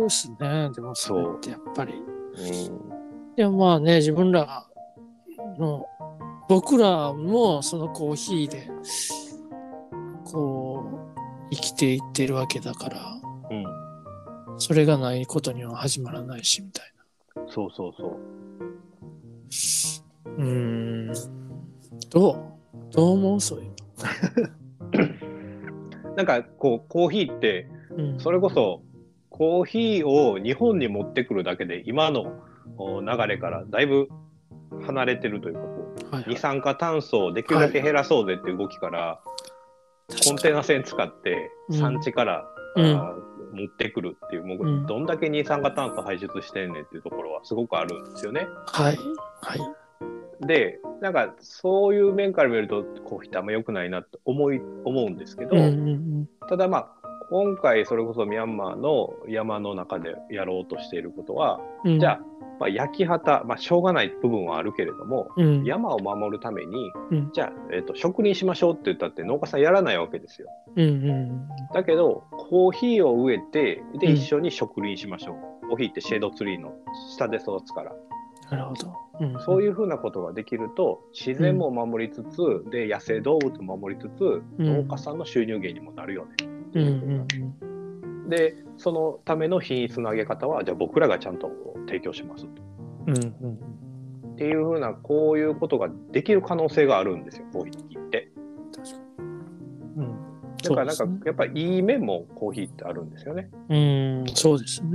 A: すね。でもそれってやっぱり。
B: ん
A: いやまあね自分らの僕らもそのコーヒーでこう生きていってるわけだから
B: うん
A: それがないことには始まらないしみたい
B: そうそうそう
A: なうーんどうどう思うそういう
B: なんかこうコーヒーって
A: の、うん、
B: それこそコーヒーを日本に持ってくるだけで今のお流れからだいぶ離れてるというかこう
A: はいはい
B: 二酸化炭素をできるだけ減らそうぜっていう動きから、コンテナ船使って
A: うん
B: 産地から、
A: うん
B: あー持ってくるっていうもう、
A: うん
B: どんだけ二酸化炭素排出してんねんっていうところはすごくあるんですよね。
A: はいはい
B: でなんかそういう面から見るとコーヒーってあんま良くないなって思い思うんですけど、
A: うん
B: ただまあ今回それこそミャンマーの山の中でやろうとしていることは、
A: うんうん
B: じゃあ、まあ、焼き畑、まあ、しょうがない部分はあるけれども、
A: うん
B: 山を守るために、
A: うん
B: じゃあ、えー、と植林しましょうって言ったって農家さんやらないわけですよ
A: うんうん
B: だけどコーヒーを植えてで
A: うん
B: 一緒に植林しましょう、コーヒーってシェードツリーの下で育つから
A: なるほど、うん、
B: そういううふうなことができると自然も守りつつ、で野生動物も守りつつ、
A: うん
B: 農家さんの収入源にもなるよね
A: うんうん
B: でそのための品質の上げ方はじゃあ僕らがちゃんと提供しますと
A: うんうんうん
B: っていうふうなこういうことができる可能性があるんですよコーヒーって。
A: 確かにうん
B: だからなんか、
A: そうですね
B: やっぱいい面もコーヒーってあるんですよね。
A: うん、そうですね。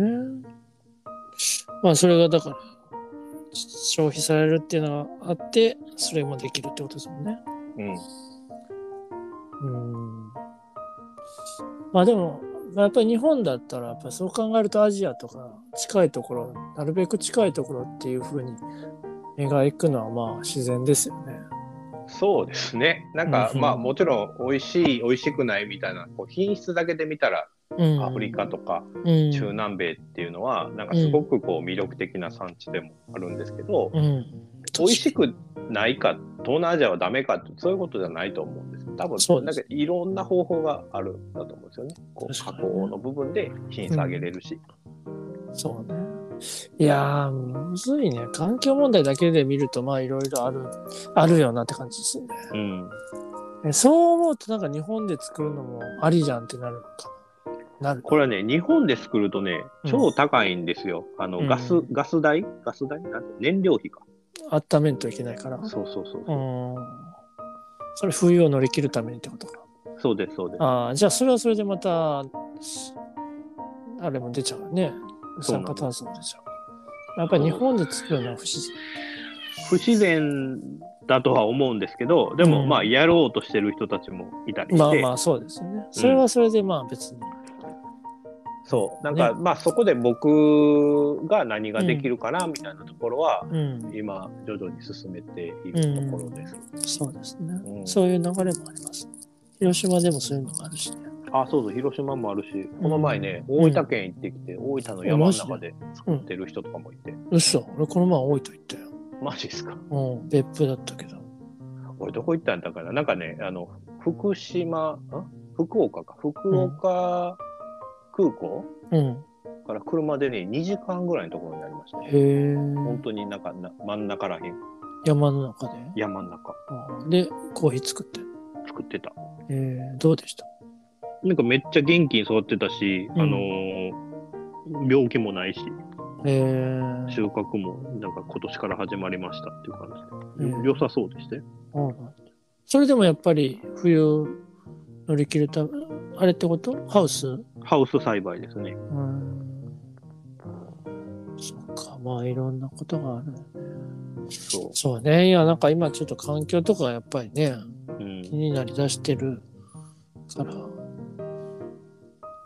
A: まあ、それがだから、消費されるっていうのがあって、それもできるってことですもんね。
B: うん。
A: うん。まあでも、まあ、やっぱり日本だったら、やっぱそう考えるとアジアとか近いところ、なるべく近いところっていうふうに描くのはまあ自然ですよね。
B: そうですね。なんか、
A: うんうん
B: まあもちろん美味しい、美味しくないみたいな、こう品質だけで見たら、
A: うん、
B: アフリカとか
A: うん、
B: 中南米っていうのは、なんかすごくこう魅力的な産地でもあるんですけど、
A: うん、
B: 美味しくないか、東南アジアはダメかって、そういうことじゃないと思うんです。多
A: そう
B: 分、
A: で
B: なん
A: す
B: かいろんな方法があるんだと思うんですよね。こう加
A: 確かにね
B: 工の部分で品質上げれるし。
A: そうね。いやー、むずいね。環境問題だけで見ると、まあ、いろいろある、あるよなって感じですよね。
B: うん。
A: えそう思うと、なんか日本で作るのもありじゃんってなるのかな。なる。
B: これはね、日本で作るとね、
A: うん
B: 超高いんですよ。あの、
A: うん
B: ガス、ガス代ガス代なんて燃料費か。
A: 温めんといけないから。う
B: そうそうそう。
A: ーん。それ、冬を乗り切るためにってことか。
B: そうです、そうです。
A: ああ、じゃあ、それはそれでまた、あれも出ちゃうね。二
B: そう
A: 酸
B: な
A: 化
B: の
A: 炭素も出ちゃう。やっぱり日本で作るのは不自然。
B: 不自然だとは思うんですけど、でも、
A: うん
B: まあ、やろうとしてる人たちもいたりして、
A: まあまあ、そうですよね。それはそれで、まあ別に。
B: そう、なんか、まあ、そこで僕が何ができるかな、みたいなところは、
A: うん
B: 今、徐々に進めているところです。
A: そうですね、
B: うん
A: そういう流れもあります。広島でもそういうのがあるしね。
B: あ、そうそう、広島もあるし、この前ね、
A: うん
B: 大分県行ってきて、大分の山の中で作ってる人とかもいて、
A: 嘘、俺この前大分行ったよ。
B: マジっすか。
A: うん、別府だったけど。
B: 俺どこ行ったんだからなんかねあの福島ん福岡か福岡空港、
A: うん。
B: から車でね2時間ぐらいのところにありましたね
A: へえ。
B: 本当になんかな真ん中らへん
A: 山の中で。
B: 山の中
A: あで、コーヒー作って。
B: 作ってた
A: えー、どうでした
B: なんかめっちゃ元気に育ってたし、
A: うん
B: あのー病気もないし
A: えー、
B: 収穫もなんか今年から始まりましたっていう感じで、
A: うん
B: 良さそうでしたよ
A: そうなんだそれでもやっぱり冬乗り切るため、あれってことハウス
B: ハウス栽培ですね
A: うん。そっか、まあいろんなことがあるよね。
B: そ
A: そうね。いや、なんか今ちょっと環境とかやっぱりね、
B: う、うん
A: 気になりだしてるから、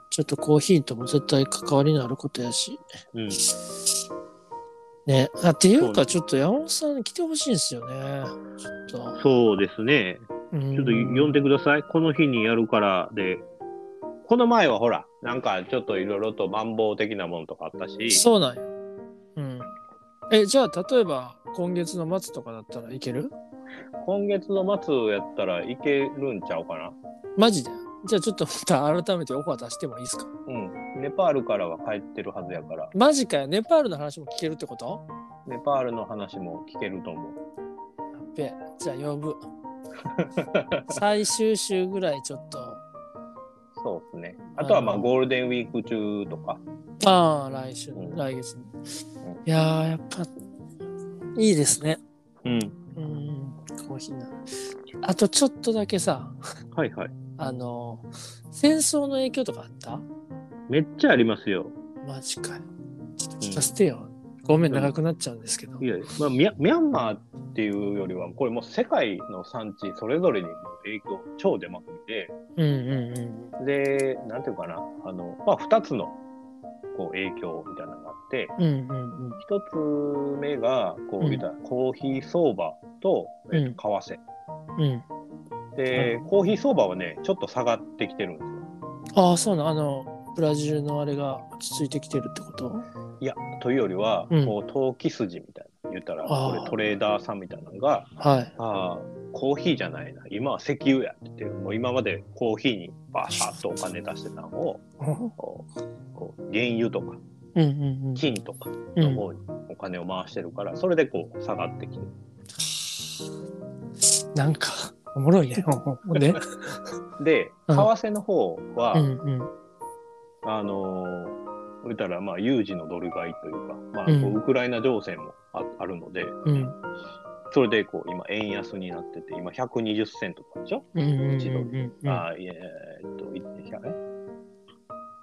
A: ちょっとコーヒーとも絶対関わりのあることやし。
B: うん、
A: ね。あっていう
B: そう
A: か、ちょっと山本さん来てほしいんですよね。ちょっと。
B: そうですねちょっと読んでください。この日にやるからで。この前はほら、なんかちょっといろいろとマンボウ的なものとかあった
A: うん
B: し、
A: そうなんよ。うん。え、じゃあ例えば今月の末とかだったらいける
B: 今月の末やったらいけるんちゃうかな。
A: マジでじゃあちょっとまた改めてオファー出してもいいですか
B: うん。ネパールからは帰ってるはずやから、
A: マジかよ。ネパールの話も聞けるってこと
B: ネパールの話も聞けると思う。
A: やっべじゃあ呼 ぶ。最終週ぐらいちょっと。
B: そうですね。あとはま
A: あ
B: あ
A: の
B: ゴールデンウィーク中とか。
A: ああ、来週、
B: うん
A: 来月に
B: う。
A: いやー、やっぱ、いいですね。
B: うん。
A: うん、コーヒーな。あとちょっとだけさ、
B: はいはい。
A: あの、戦争の影響とかあった
B: めっちゃありますよ。
A: マジかよ。ちょっと聞かせてよ。ごめん、長くなっちゃうんですけど。
B: いや、まあミャ、ミャンマーっていうよりは、これもう世界の産地それぞれに影響超出まくりで、
A: うんうんうん。
B: で、なんていうかな、あの、まあ、二つの、こう、影響みたいなのがあって、
A: うんうんうん。
B: 一つ目が、こ
A: うん
B: う、言ったらコーヒー相場と、えっと為
A: うん。
B: 替。で、コーヒー相場はね、ちょっと下がってきてるんですよ。
A: ああ、そうなの。あの、ブラジルのあれが落ち着いてきてるってこと
B: いや、というよりは、
A: うん
B: こう、投機筋みたいな、言ったら、
A: あ
B: こ
A: ー
B: れトレーダーさんみたいなのが、
A: はい。
B: ああ、コーヒーじゃないな、今は石油やって言って、もう今までコーヒーにバシャッとお金出してたのを、
A: うん
B: こう、こう原油とか、
A: うん
B: 金とか、
A: うん。う
B: の
A: ん
B: 方にお金を回してるから、それでこう下がってきて
A: なんか、おもろ いね。ほんで、
B: で
A: うん
B: 為替の方は、
A: うんうん。
B: あのー言ったらまあ有事のドル買いというか、まあ、
A: うん
B: こうウクライナ情勢もああるので、
A: うん。
B: それでこう今円安になってて今120銭とかでしょ、
A: うんうんうん
B: 一度
A: うん
B: あーいえーっといいやえ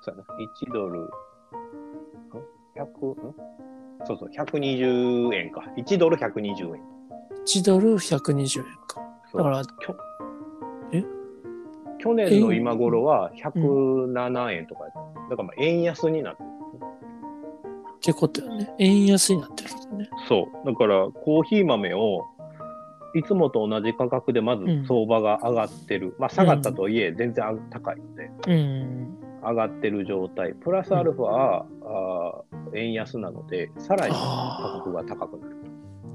B: そうやな1ドルん100んそうそう120円か1ドル120円
A: 1ドル120円か。
B: そ
A: だ
B: う
A: から、
B: 去年の今頃は107円とかやった、だからまあ円安になって
A: ってことよね。円安になってるんだね。
B: そう。だから、コーヒー豆を、いつもと同じ価格でまず
A: うん
B: 相場が上がってる。まあ、下がったとはいえ、全然あ高いので、
A: うん。
B: 上がってる状態。プラスアルファは、あー円安なので、さらに価
A: あ
B: 格が高くなる。
A: あ。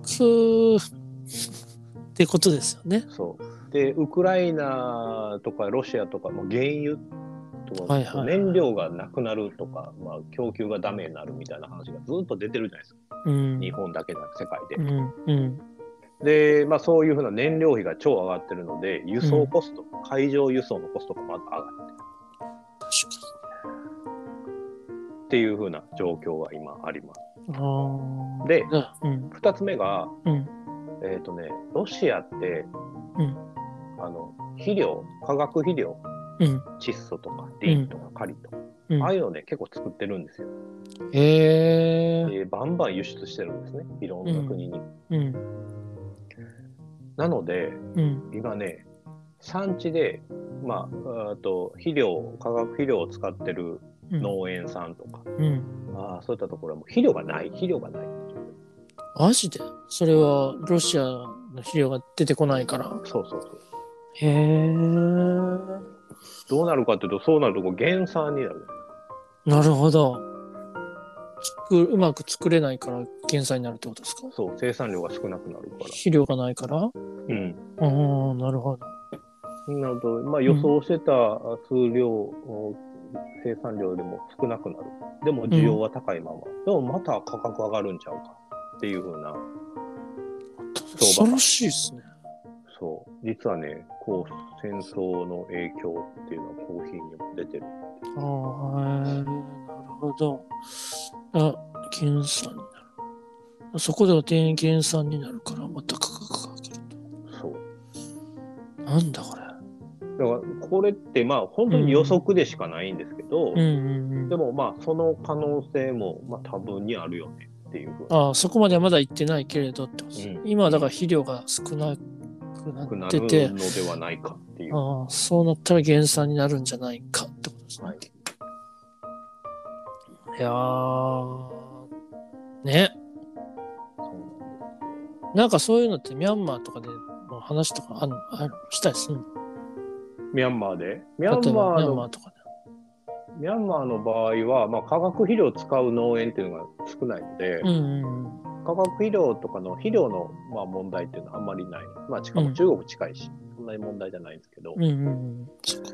A: くー。ってことですよね。
B: そう。で、ウクライナとかロシアとかも原油とか、
A: はいはいはい
B: 燃料がなくなるとか、まあ、供給がダメになるみたいな話がずっと出てるじゃないですか。
A: うん。
B: 日本だけじゃなく世界で
A: う。ん。うん。
B: で、まあ、そういうふうな燃料費が超上がってるので、輸送コスト、海上輸送のコストがまず上がる
A: 確か
B: っていうふうな状況が今あります。
A: に。ああ。
B: で、
A: がうん。
B: 2つ目が、
A: うん。
B: えっ、とね、ロシアって、
A: うん
B: あの肥料、化学肥料、
A: うん。
B: 窒素とかリンとかカリとか、
A: うん
B: ああいうのね、結構作ってるんですよ。
A: へえ。
B: で、バンバン輸出してるんですね、いろんな国に。
A: うん。
B: なので、
A: うん。
B: 今ね、産地で、まあ、あと肥料、化学肥料を使ってる
A: うん。
B: 農園さんとか、
A: うん。
B: ああ、そういったところはもう肥料がない、肥料がない。
A: マジでそれはロシアの肥料が出てこないから。
B: そうそうそう。
A: へえ。
B: どうなるかというと、そうなるとこう減産になる。
A: なるほど。作うまく作れないから減産になるってことですか
B: そう、生産量が少なくなるから。
A: 肥料がないから
B: うん。
A: うん、なるほど。
B: なると、まあ予想してた数量、生産量よりも少なくなる。でも需要は高いまま。でもまた価格上がるんちゃうかっていうふうな。
A: 恐ろしいですね。
B: そう。実はね、こう、戦争の影響っていうのはコーヒーにも出てる。
A: ああ、へえなるほど。あ、減産になる。そこでは定員減産になるから、また価格が上が
B: そう。
A: る。なんだこれ。
B: だから、これってまあ本当に予測でしかないんですけど、
A: うんうんうん。
B: でもまあその可能性もまあ多分にあるよねっていうふうに
A: ああ、そこまではまだ行ってないけれどってことです、
B: うん
A: 今はだから肥料が少なくな
B: なくな
A: って
B: る
A: て、
B: のではないかっていう。
A: ああ、そうなったら減産になるんじゃないかってことですね。
B: はい
A: い、やー、ね。
B: そうなんです
A: なんかそういうのってミャンマーとかでも話とかあんあるしたりするの
B: ミャンマーでミ
A: 例えば
B: ャンマ
A: ミャンマ
B: ーの
A: ーとかで。
B: ミャンマーの場合は、まあ、化学肥料を使う農園っていうのが少ないので、
A: うんうん
B: 化学肥料とかの肥料の、まあ、問題っていうのはあんまりない、まあ、しか
A: う
B: も
A: ん
B: 中国近いし、そんなに問題じゃないんですけど、
A: うん。うんうんうん。そっか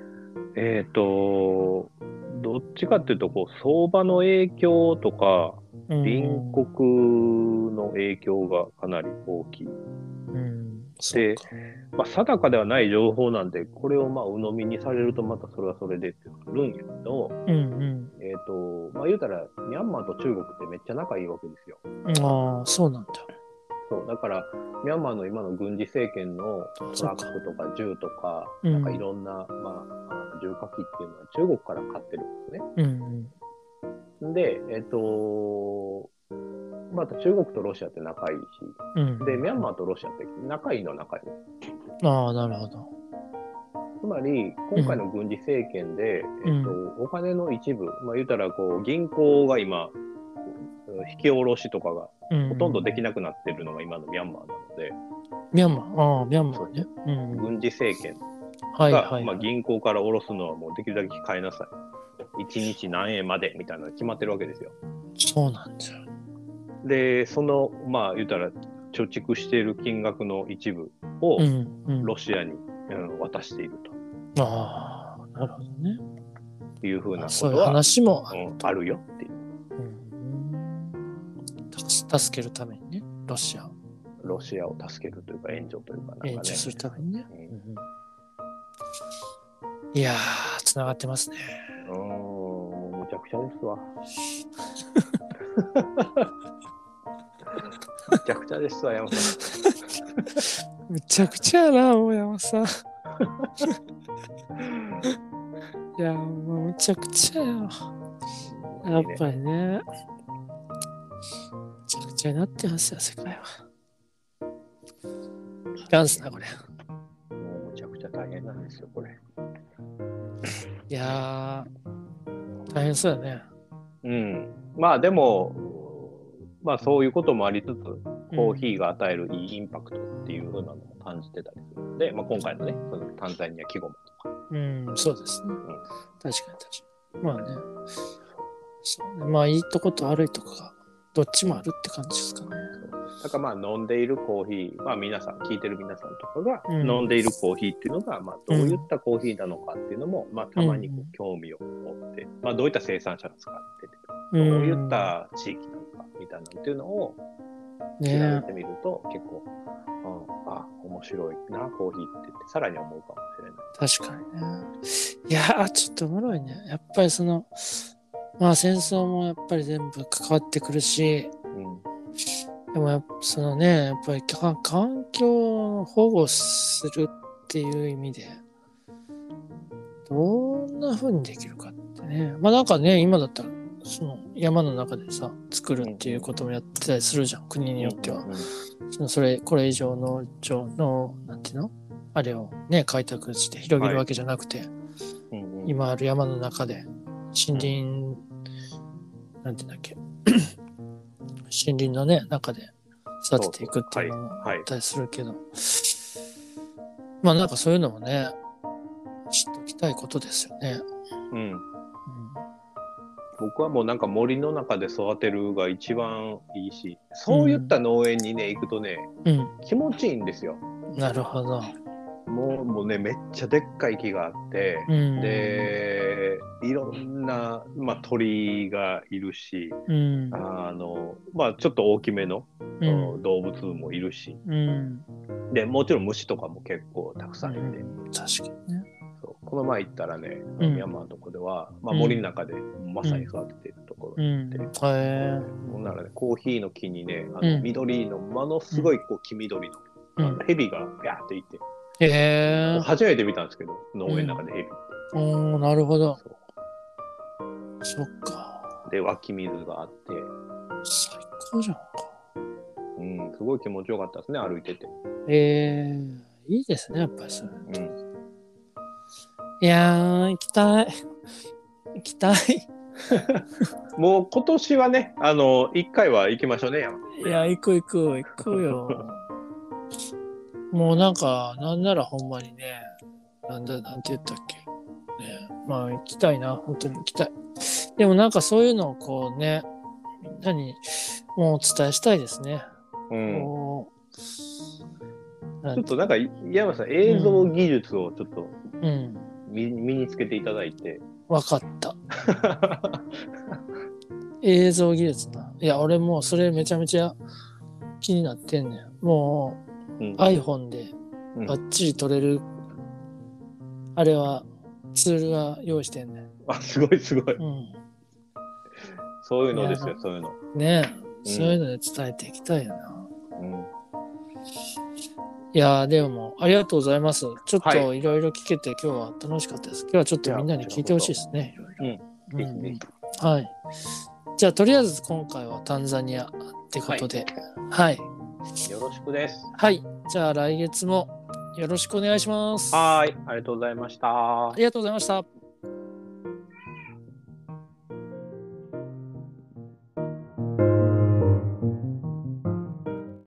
B: えっ、とどっちかっていうとこう相場の影響とか
A: うん
B: 隣国の影響がかなり大きい
A: うん。そうか
B: まあ、定かではない情報なんで、これをまあ鵜呑みにされると、またそれはそれでってなるんやけど、
A: うん
B: えっ、と、まあ、言うたら、ミャンマーと中国ってめっちゃ仲いいわけですよ。
A: うん。ああ、そうなんだ。
B: そう、だから、ミャンマーの今の軍事政権のトラックとか銃とか、
A: うん
B: なんかいろんな、まあ、重火器っていうのは中国から買ってるんです
A: うんうん。
B: ね。で、えっ、と、また中国とロシアって仲いいし、
A: うん、
B: で、ミャンマーとロシアって仲いいのは仲いい。
A: ああ、なるほど。
B: つまり、今回の軍事政権で、
A: うん
B: えっと、お金の一部、まあ、言うたらこう銀行が今、うん引き下ろしとかが
A: うん、
B: ほとんどできなくなってるのが今のミャンマーなので、
A: ミャンマー、ああ、ミャンマーね。うんうん。
B: 軍事政権
A: はい
B: が、
A: はい。
B: まあ、銀行から下ろすのはもうできるだけ控えなさい。1日何円までみたいなのが決まってるわけですよ。
A: そうなんだよ。
B: で、その、まあ、言うたら、貯蓄している金額の一部を
A: うんうん。
B: ロシアに、うん渡している
A: ああ、なるほどね。
B: というふうなこ
A: そう
B: と
A: いう
B: は、
A: 話もあ
B: う
A: る。
B: んあるよっていう。
A: うんた助けるためにね、ロシアを
B: ロシアを助けるというか援助というかなんかね。
A: 援助するためにね。
B: う
A: うんんいやー、つながってますね。
B: うーん、もうむちゃくちゃで すわ。むちゃくちゃですわ、山さん。
A: むちゃくちゃやな、大山さん。いや、もうむちゃくちゃや。やっぱりね。むちゃくちゃになってますよ、世界は。ダンスな、これ。
B: もうむちゃくちゃ大変なんですよ、これ。
A: いやー、大変そうだね。
B: うん。まあでも、まあそういうこともありつつ、コーヒーが与えるいいインパクトっていう風なのを感じてたりするので、まあ、今回のね、そのタンザニア季語も
A: うん、うん、そうですね。確かに確かに。まあね。そうねまあ、いいとこと悪いとこが、どっちもあるって感じですかね。
B: だからまあ飲んでいるコーヒー、まあ皆さん、聞いてる皆さんとかが
A: うん
B: 飲んでいるコーヒーっていうのが、まあどういったコーヒーなのかっていうのも、まあたまにこ
A: うん
B: う興味を持って、まあどういった生産者が使ってて、
A: う
B: ど
A: ん
B: ういった地域なのかみたいなのっていうのを調
A: ね
B: べてみると、結構、うん、あ、面白いな、コーヒーってって、さらに思うかもしれない。
A: 確かにね。いやー、ちょっとおもろいね。やっぱりその、まあ戦争もやっぱり全部関わってくるし、
B: うん
A: でもやっぱそのね、やっぱり環環境を保護するっていう意味で、どんな風にできるかってね。まあなんかね、今だったら、その山の中でさ、作るっていうこともやってたりするじゃん、国によっては
B: う。ん
A: そのそれこれ以上の上のなんていうのあれをね開拓して広げるわけじゃなくて、
B: うんうん
A: 今ある山の中で森林、なんていうんだっけ森林のね中で育てていくっていうのも
B: はい
A: あったりするけど、まあなんかそういうのもね知っておきたいことですよね。
B: うん僕はもうなんか森の中で育てるが一番いいしそういった農園にね行くとね
A: うん、
B: 気持ちいいんですよ
A: うん、なるほど。
B: もうもうねめっちゃでっかい木があって、
A: うん、
B: でいろんな、まあ、鳥がいるし
A: うん、
B: あの、まあ、ちょっと大きめの、
A: う
B: うん
A: ん、
B: 動物もいるし
A: うん、
B: でもちろん虫とかも結構たくさんいて、
A: 確かにね。
B: そうこの前行ったらねあ
A: うん
B: の山のとこでは、まあ、森の中でまさに育てているところ、
A: うん、へえ
B: ほんならね、コーヒーの木にね、あ
A: うん
B: の緑の、ものすごいこう黄緑の、
A: う
B: あ
A: ん
B: の、蛇がビャーっていて、
A: へえ
B: 初めて見たんですけど、農園の中で蛇って。
A: おーなるほど。
B: そ
A: そっか。
B: うで、湧き水があって、
A: 最高じゃんか。
B: うん、すごい気持ちよかったですね、歩いてて。
A: えー、いいですね、やっぱりそれ。
B: うん、
A: いやー、行きたい。行きたい。
B: もう今年はね、あの、一回は行きましょうね、山
A: いや、行く行く、行くよ。もうなんか、なんならほんまにね、なんだ、なんて言ったっけ。ね、まあ行きたいな、本当に行きたい。でもなんかそういうのをこうね、みんなにもうお伝えしたいですね。
B: うん。
A: こうなん
B: ちょっとなんか、山さん、映像技術をちょっと
A: うん。
B: 身身につけていただいて。
A: わかった。映像技術な。いや、俺もうそれめちゃめちゃ気になってんねん。も
B: うん
A: う iPhone で
B: うん
A: バッチリ撮れる、あれはツールは用意してんねん。。
B: あ、すごいすごいう
A: ん。
B: そういうのです
A: い
B: よ、そういうの。
A: ねえ、
B: うん
A: そういうので伝えていきたいよな。
B: うん
A: いやーでもありがとうございます。ちょっと
B: はい
A: ろいろ聞けて今日は楽しかったです。今日はちょっとみんなに聞いてほしいですね。
B: いや
A: いろいろ
B: こそうん
A: うんはい。じゃあとりあえず今回はタンザニアってことで、はい、
B: よろしくです。
A: はい。じゃあ来月もよろしくお願いします。
B: はーい、ありがとうございました
A: あ。りがとうございました。